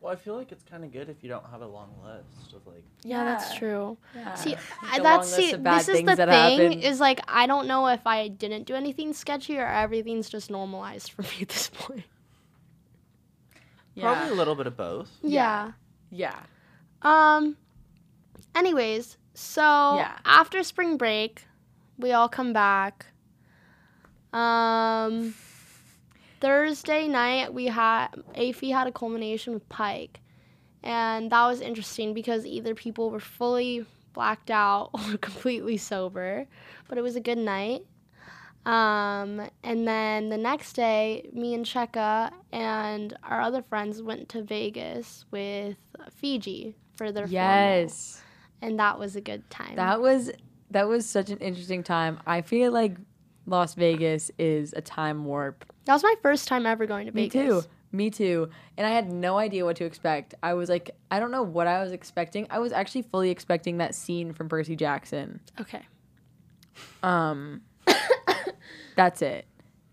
Well, I feel like it's kind of good if you don't have a long list of like.
Yeah, that's
Yeah.
true.
yeah.
See,
a
I-
long list
that's see,
Uh, of bad
this is
things
the
that
thing
happened.
is like I don't know if I didn't do anything sketchy or everything's just normalized for me at this point.
yeah.
Probably a little bit of both.
Yeah.
Yeah. yeah.
Um. Anyways, so
Yeah.
after spring break, we all come back. Um. Thursday night, we had Afy had a culmination with Pike, and that was interesting because either people were fully blacked out or completely sober, but it was a good night. Um, and then the next day, me and Cheka and our other friends went to Vegas with Fiji for their formal,
Yes.
and that was a good time.
That was that was such an interesting time. I feel like Las Vegas is a time warp.
That was my first time ever going to
Me
Vegas.
too. Me too. And I had no idea what to expect. I was like, I don't know what I was expecting. I was actually fully expecting that scene from Percy Jackson.
Okay.
Um That's it.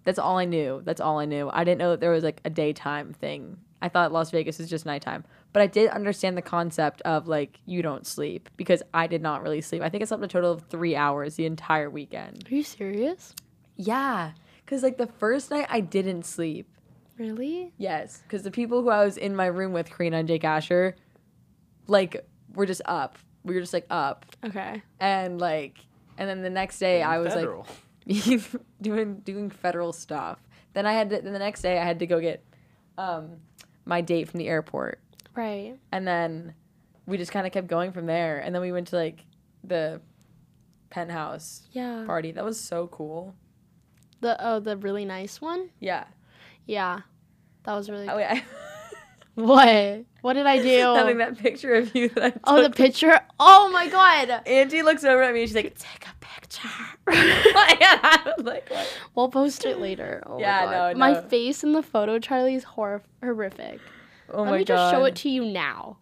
That's all I knew. That's all I knew. I didn't know that there was like a daytime thing. I thought Las Vegas is just nighttime. But I did understand the concept of like you don't sleep because I did not really sleep. I think I slept a total of 3 hours the entire weekend.
Are you serious?
Yeah, because like the first night I didn't sleep.
Really?
Yes, because the people who I was in my room with, Karina and Jake Asher, like were just up. We were just like up,
Okay.
and like, and then the next day I was
Federal.
like doing doing federal stuff. Then I had to, then the next day I had to go get um, my date from the airport,
Right.
and then we just kind of kept going from there. And then we went to like the penthouse
Yeah.
party. That was so cool.
The oh, the really nice one.
Yeah.
Yeah. That was really.
Oh yeah.
What? What did I do?
having that picture of you that I took.
oh, the picture. Oh my god.
Angie looks over at me and she's like,
Take a picture.
and I'm like, what?
we'll post it later. Oh
Yeah,
my god.
no,
My
no.
face in the photo, Charlie's horror horrific.
Oh
Let
my
me
god.
just show it to you now.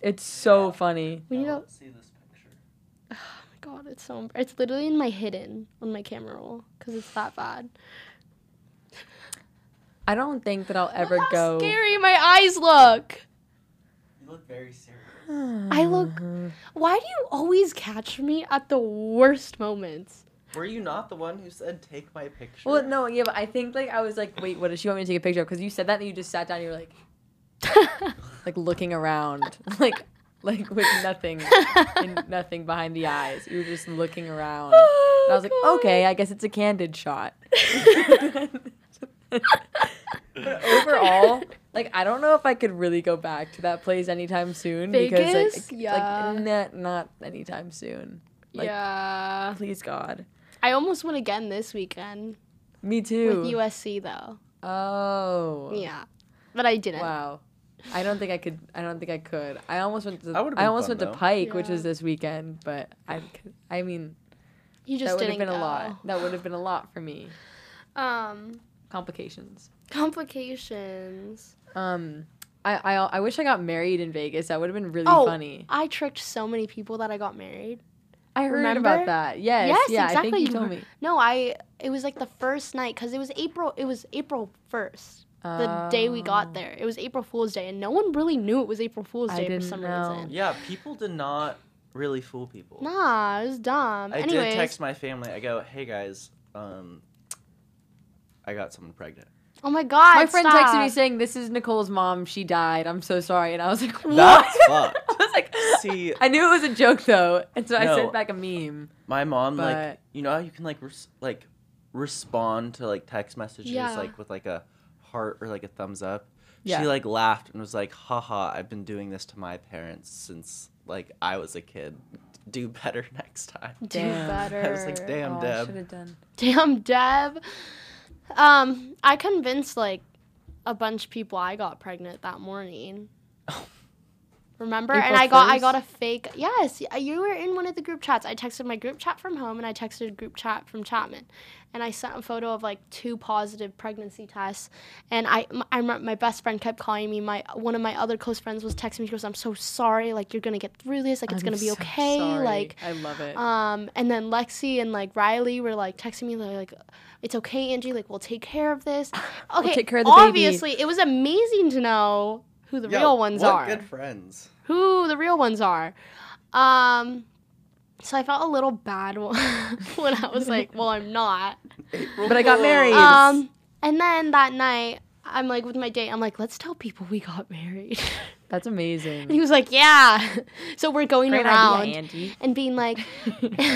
it's so funny.
We need
Now
a
let's see this picture.
God, it's so embar- it's literally in my hidden on my camera roll because it's that bad.
I don't think that I'll ever
Look
go.
how Scary, my eyes look.
You look very serious.
I look. Why do you always catch me at the worst moments?
Were you not the one who said take my picture?
Well, no, yeah, but I think like I was like, wait, what does she want me to take a picture of? Because you said that and you just sat down. and You were like, like looking around, like, like with nothing, and nothing behind the eyes. You were just looking around.
Oh
And I was like, okay, I guess it's a candid shot. But overall, like I don't know if I could really go back to that place anytime soon
Vegas?
because like,
Yeah.
like not not anytime soon. like-
yeah.
Please God.
I almost went again this weekend
Me too.
with USC though.
oh.
Yeah, but I didn't.
Wow. I don't think I could. I don't think I could. I almost went to.
That would've
I
been
almost
fun,
went
though.
to Pike, which
Yeah.
is this weekend, but I. could- I mean,
You just
that would have
didn't
been a
go.
lot. That would have been a lot for me.
Um,
Complications.
complications.
Um. I, I, I wish I got married in Vegas. That would have been really
Oh.
funny.
I tricked so many people that I got married.
I heard
Remember?
about that. Yes.
Yes,
yeah, I think
exactly.
you told me.
No, I. It was like the first night because it was April. It was April first, the day we
Oh.
got there. It was April Fool's Day, and no one really knew it was April Fool's
I
Day for
didn't
some
know.
reason.
Yeah, people did not really fool people.
Nah, it was dumb.
I
Anyways,
did text my family. I go, "Hey guys, um, I got someone pregnant."
oh my god,
My friend texted me
stop.
saying, "This is Nicole's mom. She died. I'm so sorry." And I was like, "What?"
That's fucked.
I was like,
See,
I knew it was a joke though, and so I
No.
sent back a meme.
my mom like
But-
you know how you can like res- like respond to like text messages
Yeah.
like with like a heart or like a thumbs up.
Yeah.
She like laughed and was like, "Haha, I've been doing this to my parents since like I was a kid. Do better next time."
Do
Damn.
better.
I was like, "Damn,
oh, I
Deb."
should have done.
Damn, Deb. Um, I convinced like a bunch of people I got pregnant that morning. Remember? and
April
I got I
1st?
got a fake. Yes, y- you were in one of the group chats. I texted my group chat from home and I texted a group chat from Chapman. And I sent a photo of like two positive pregnancy tests. And I m- I remember my best friend kept calling me. My one of my other close friends was texting me. She goes, "I'm so sorry. Like you're going to get through this. Like it's
I'm
going to be
so
okay."
sorry.
Like
I love it.
um, and then Lexi and like Riley were like texting me they're like, "It's okay, Angie. Like we'll take care of this." Okay,
take care of the baby.
obviously it was amazing to know who the
Yo,
real ones
what
are.
Good friends.
Who the real ones are. Um, so I felt a little bad when I was like, "Well, I'm not."
April
But I got
Fool.
married.
Um, and then that night. I'm like with my date. I'm like, let's tell people we got married.
That's amazing.
and he was like, yeah. So we're going
Great
around
idea, Andy.
and being like,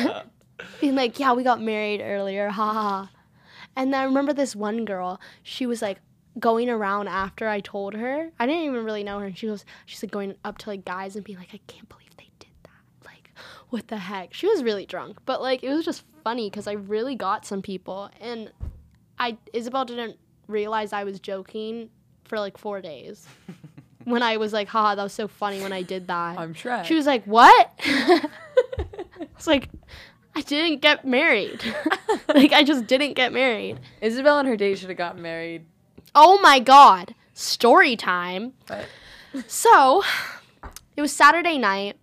being like, yeah, we got married earlier, ha ha, ha. And then I remember this one girl, she was like going around after I told her. I didn't even really know her. And she goes, she's like going up to like guys and being like, I can't believe they did that. Like, what the heck? She was really drunk, but like it was just funny because I really got some people. And I, Isabel didn't realize I was joking for like four days when I was like, haha, that was so funny when I did that.
I'm Shrek.
She was like, "What?" It's like, "I didn't get married. like I just didn't get married."
Isabel and her date should have gotten married.
Oh my god. Story time.
But
So, it was Saturday night.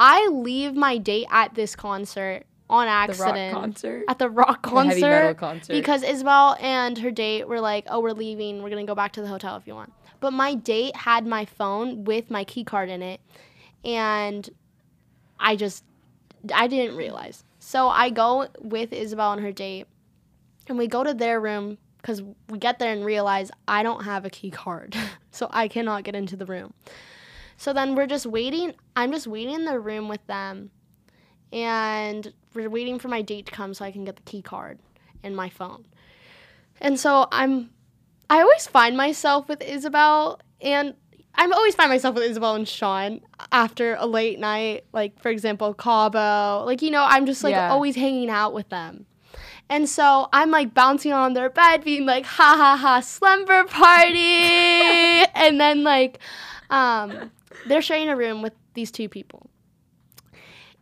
I leave my date at this concert on
the
accident.
rock concert,
At the rock
The
concert.
heavy metal concert.
Because Isabel and her date were like, "Oh, we're leaving. We're gonna go back to the hotel if you want." But my date had my phone with my key card in it, and I just I didn't realize. So I go with Isabel and her date, and we go to their room because we get there and realize I don't have a key card, so I cannot get into the room. So then we're just waiting. I'm just waiting in the room with them, and we're waiting for my date to come so I can get the key card and my phone. And so I'm, I always find myself with Isabel, and I'm always find myself with Isabel and Sean after a late night, like for example Cabo. Like you know, I'm just like
Yeah.
always hanging out with them. And so I'm like bouncing on their bed, being like, ha ha ha, slumber party. and then, like, um, they're sharing a room with these two people.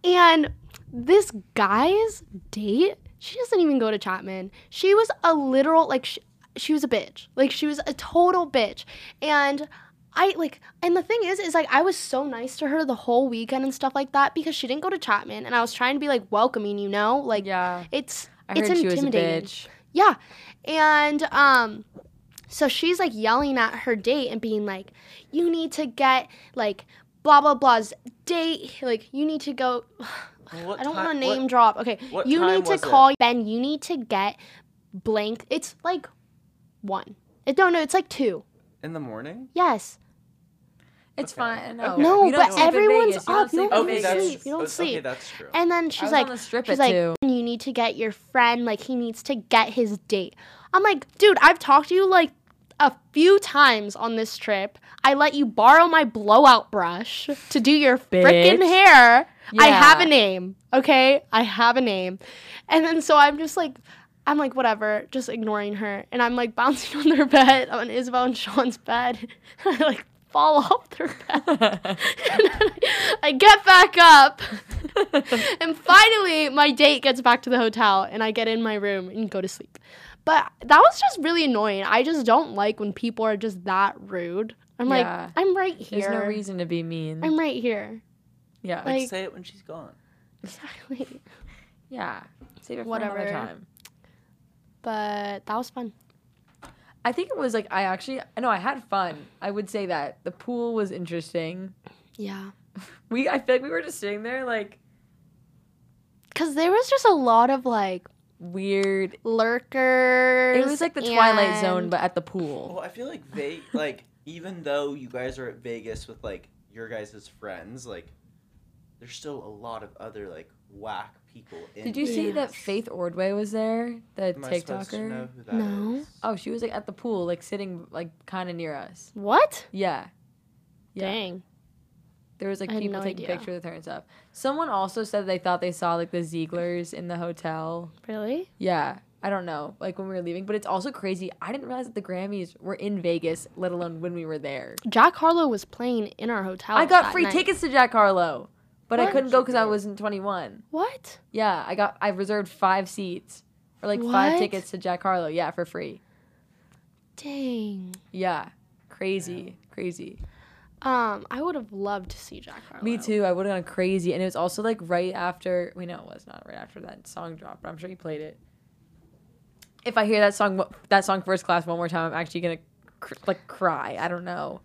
And this guy's date, she doesn't even go to Chapman. She was a literal, like, she, she was a bitch. Like, she was a total bitch. And I, like, and the thing is, is like, I was so nice to her the whole weekend and stuff like that because she didn't go to Chapman. And I was trying to be, like, welcoming, you know? Like,
yeah,
it's
I
it's
heard she was a
intimidating.
bitch.
Yeah. And um so she's like yelling at her date and being like, You need to get like blah blah blah's date like you need to go
What
Uh, I don't
ti-
want to name
what-
drop. Okay.
what
you
time
need to
was it?
call Ben, you need to get blank it's like one. It don't know, it's like two.
in the morning.
Yes.
It's
Okay.
fine. No,
Okay.
No,
you don't
but
sleep in
everyone's
Vegas. You don't
up. You
sleep
don't
in
really
Vegas.
that's
sleep. You don't
that's- Okay,
sleep.
that's true.
And then
I
she's
was
like
on the strip
She's
at
like,
two.
you need to get your friend, like, he needs to get his date. I'm like, dude, I've talked to you like a few times on this trip. I let you borrow my blowout brush to do your freaking
Bitch.
hair. I have a
Yeah.
name, okay? I have a name. And then so I'm just like, I'm like, whatever, just ignoring her. And I'm like bouncing on their bed, on Isabel and Sean's bed. I like fall off their bed. And then I- I get back up. and finally, my date gets back to the hotel and I get in my room and go to sleep. But that was just really annoying. I just don't like when people are just that rude. I'm
Yeah.
like, I'm right here.
There's no reason to be mean.
I'm right here.
yeah.
like,
like-
say it when she's gone.
Exactly.
Yeah. Save it for
Whatever.
another time.
But that was fun.
I think it was like I actually I know I had fun. I would say that the pool was interesting.
Yeah.
We I feel like we were just sitting there like
Cause there was just a lot of like
weird.
lurkers.
It was like the Twilight Zone,
and-
but at the pool.
Well, I feel like they like even though you guys are at Vegas with like your guys' friends, like there's still a lot of other like whack people. In
Did you see that
Yes.
Faith Ordway was there, the
Am I supposed to
TikToker?
know who that
No.
is?
Oh, she was like at the pool, like sitting like kind of near us.
what?
Yeah. Yeah.
Dang.
There was like
I had
people
no
taking
idea.
pictures with her and stuff. Someone also said they thought they saw like the Zieglers in the hotel.
Really?
Yeah. I don't know, like when we were leaving, but it's also crazy. I didn't realize that the Grammys were in Vegas, let alone when we were there.
Jack Harlow was playing in our hotel.
I got
Oh, that
free
night.
tickets to Jack Harlow, but I
What?
couldn't go because I
Sure.
wasn't 21.
What?
Yeah, I got I reserved five seats or like five
What?
tickets to Jack Harlow. Yeah, for free.
Dang.
Yeah, crazy, crazy.
Um, I would have loved to see Jack Harlow.
Me too. I would have gone crazy, and it was also like right after. We know it was not right after that song dropped, but I'm sure you played it. If I hear that song, that song first class one more time, I'm actually gonna cr- like cry. I don't know.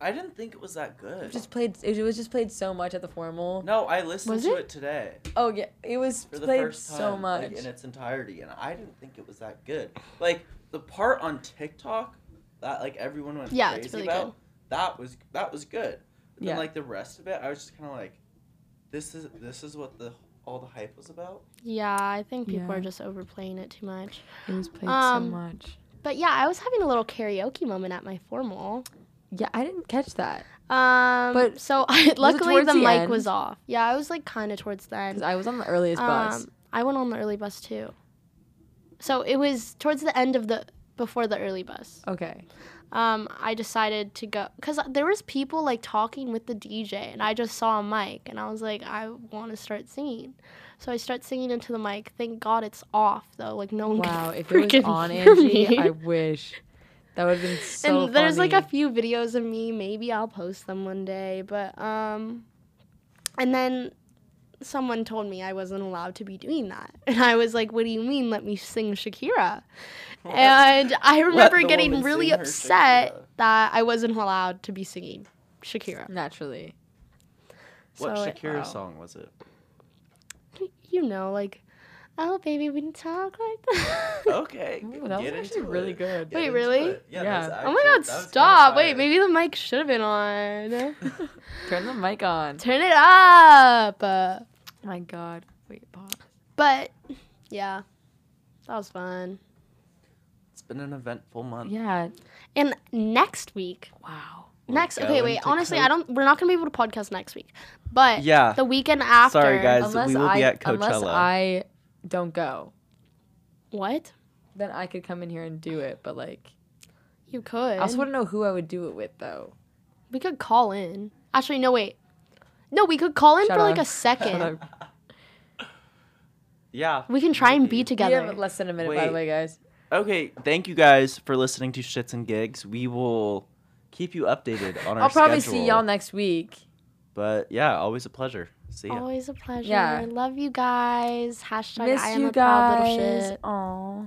I didn't think it was that good.
Just played. It was just played so much at the formal.
No, I listened
Was
to
it?
it? today
Oh yeah, it was
for the
played
first time
so
like,
much.
in its entirety, and I didn't think it was that good. Like the part on TikTok that like everyone went
Yeah,
crazy
it's really
about,
good.
that was that was good. But
Yeah.
Then like the rest of it, I was just kind of like, this is this is what the all the hype was about.
Yeah, I think people
Yeah.
are just overplaying it too much.
It was played
Um,
so much.
But yeah, I was having a little karaoke moment at my formal.
Yeah, I didn't catch that But
Um, but so I, luckily
towards
the,
the
mic
end?
was off. Yeah, I was like kind of towards the
because
end.
I was on the earliest bus.
Um, I went on the early bus too. So it was towards the end of the before the early bus.
Okay.
Um, I decided to go because there was people like talking with the DJ, and I just saw a mic, and I was like, I want to start singing. So I start singing into the mic. Thank God it's off though. Like no one.
Wow.
can
If it was
freaking
on
hear
Angie,
me.
I wish that would have been so
and there's like a
funny.
few videos of me maybe i'll post them one day but um and then someone told me i wasn't allowed to be doing that and i was like what do you mean let me sing shakira and i remember
the
getting
woman
really
sing her
upset
Shakira.
that i wasn't allowed to be singing shakira
naturally.
What
So it-
Shakira
wow.
song was it?
you know like oh baby we didn't talk like that
Okay,
Ooh,
g-
that was
get
actually
into
really
it.
good.
Get
Wait,
into
really?
it. Yeah. that was
Yeah.
oh my god
actually- that was kinda
stop wait
fire.
maybe the mic should have been on
Turn the mic on.
turn it up Uh,
Oh my God. Wait, pause.
But yeah, that was fun.
It's been an eventful month.
Yeah.
And next week,
Wow.
We're
next okay,
going
wait.
to
Honestly, I
Coach-
don't. We're not gonna be able to podcast next week, but
Yeah.
the weekend after.
Sorry, guys. As
Unless
we will
I
be at
unless
Coachella.
I don't go,
What
then I could come in here and do it. But like,
you could?
I also wouldn't know who I would do it with though.
we could call in. Actually, no, wait. No, we could call in
Shut
for like
up.
a second.
Shut up.
Yeah.
We can try and
maybe.
be
We
together.
have less than a minute, by the
Wait.
way, guys.
Okay, thank you guys for listening to Shits and Gigs. We will keep you updated on our
I'll probably
schedule,
see y'all next week.
But yeah, always a pleasure. See ya.
Always a pleasure.
Yeah.
Love you guys. Hashtag
Miss
I am
you
a proud little
guys.
shit.
Aw.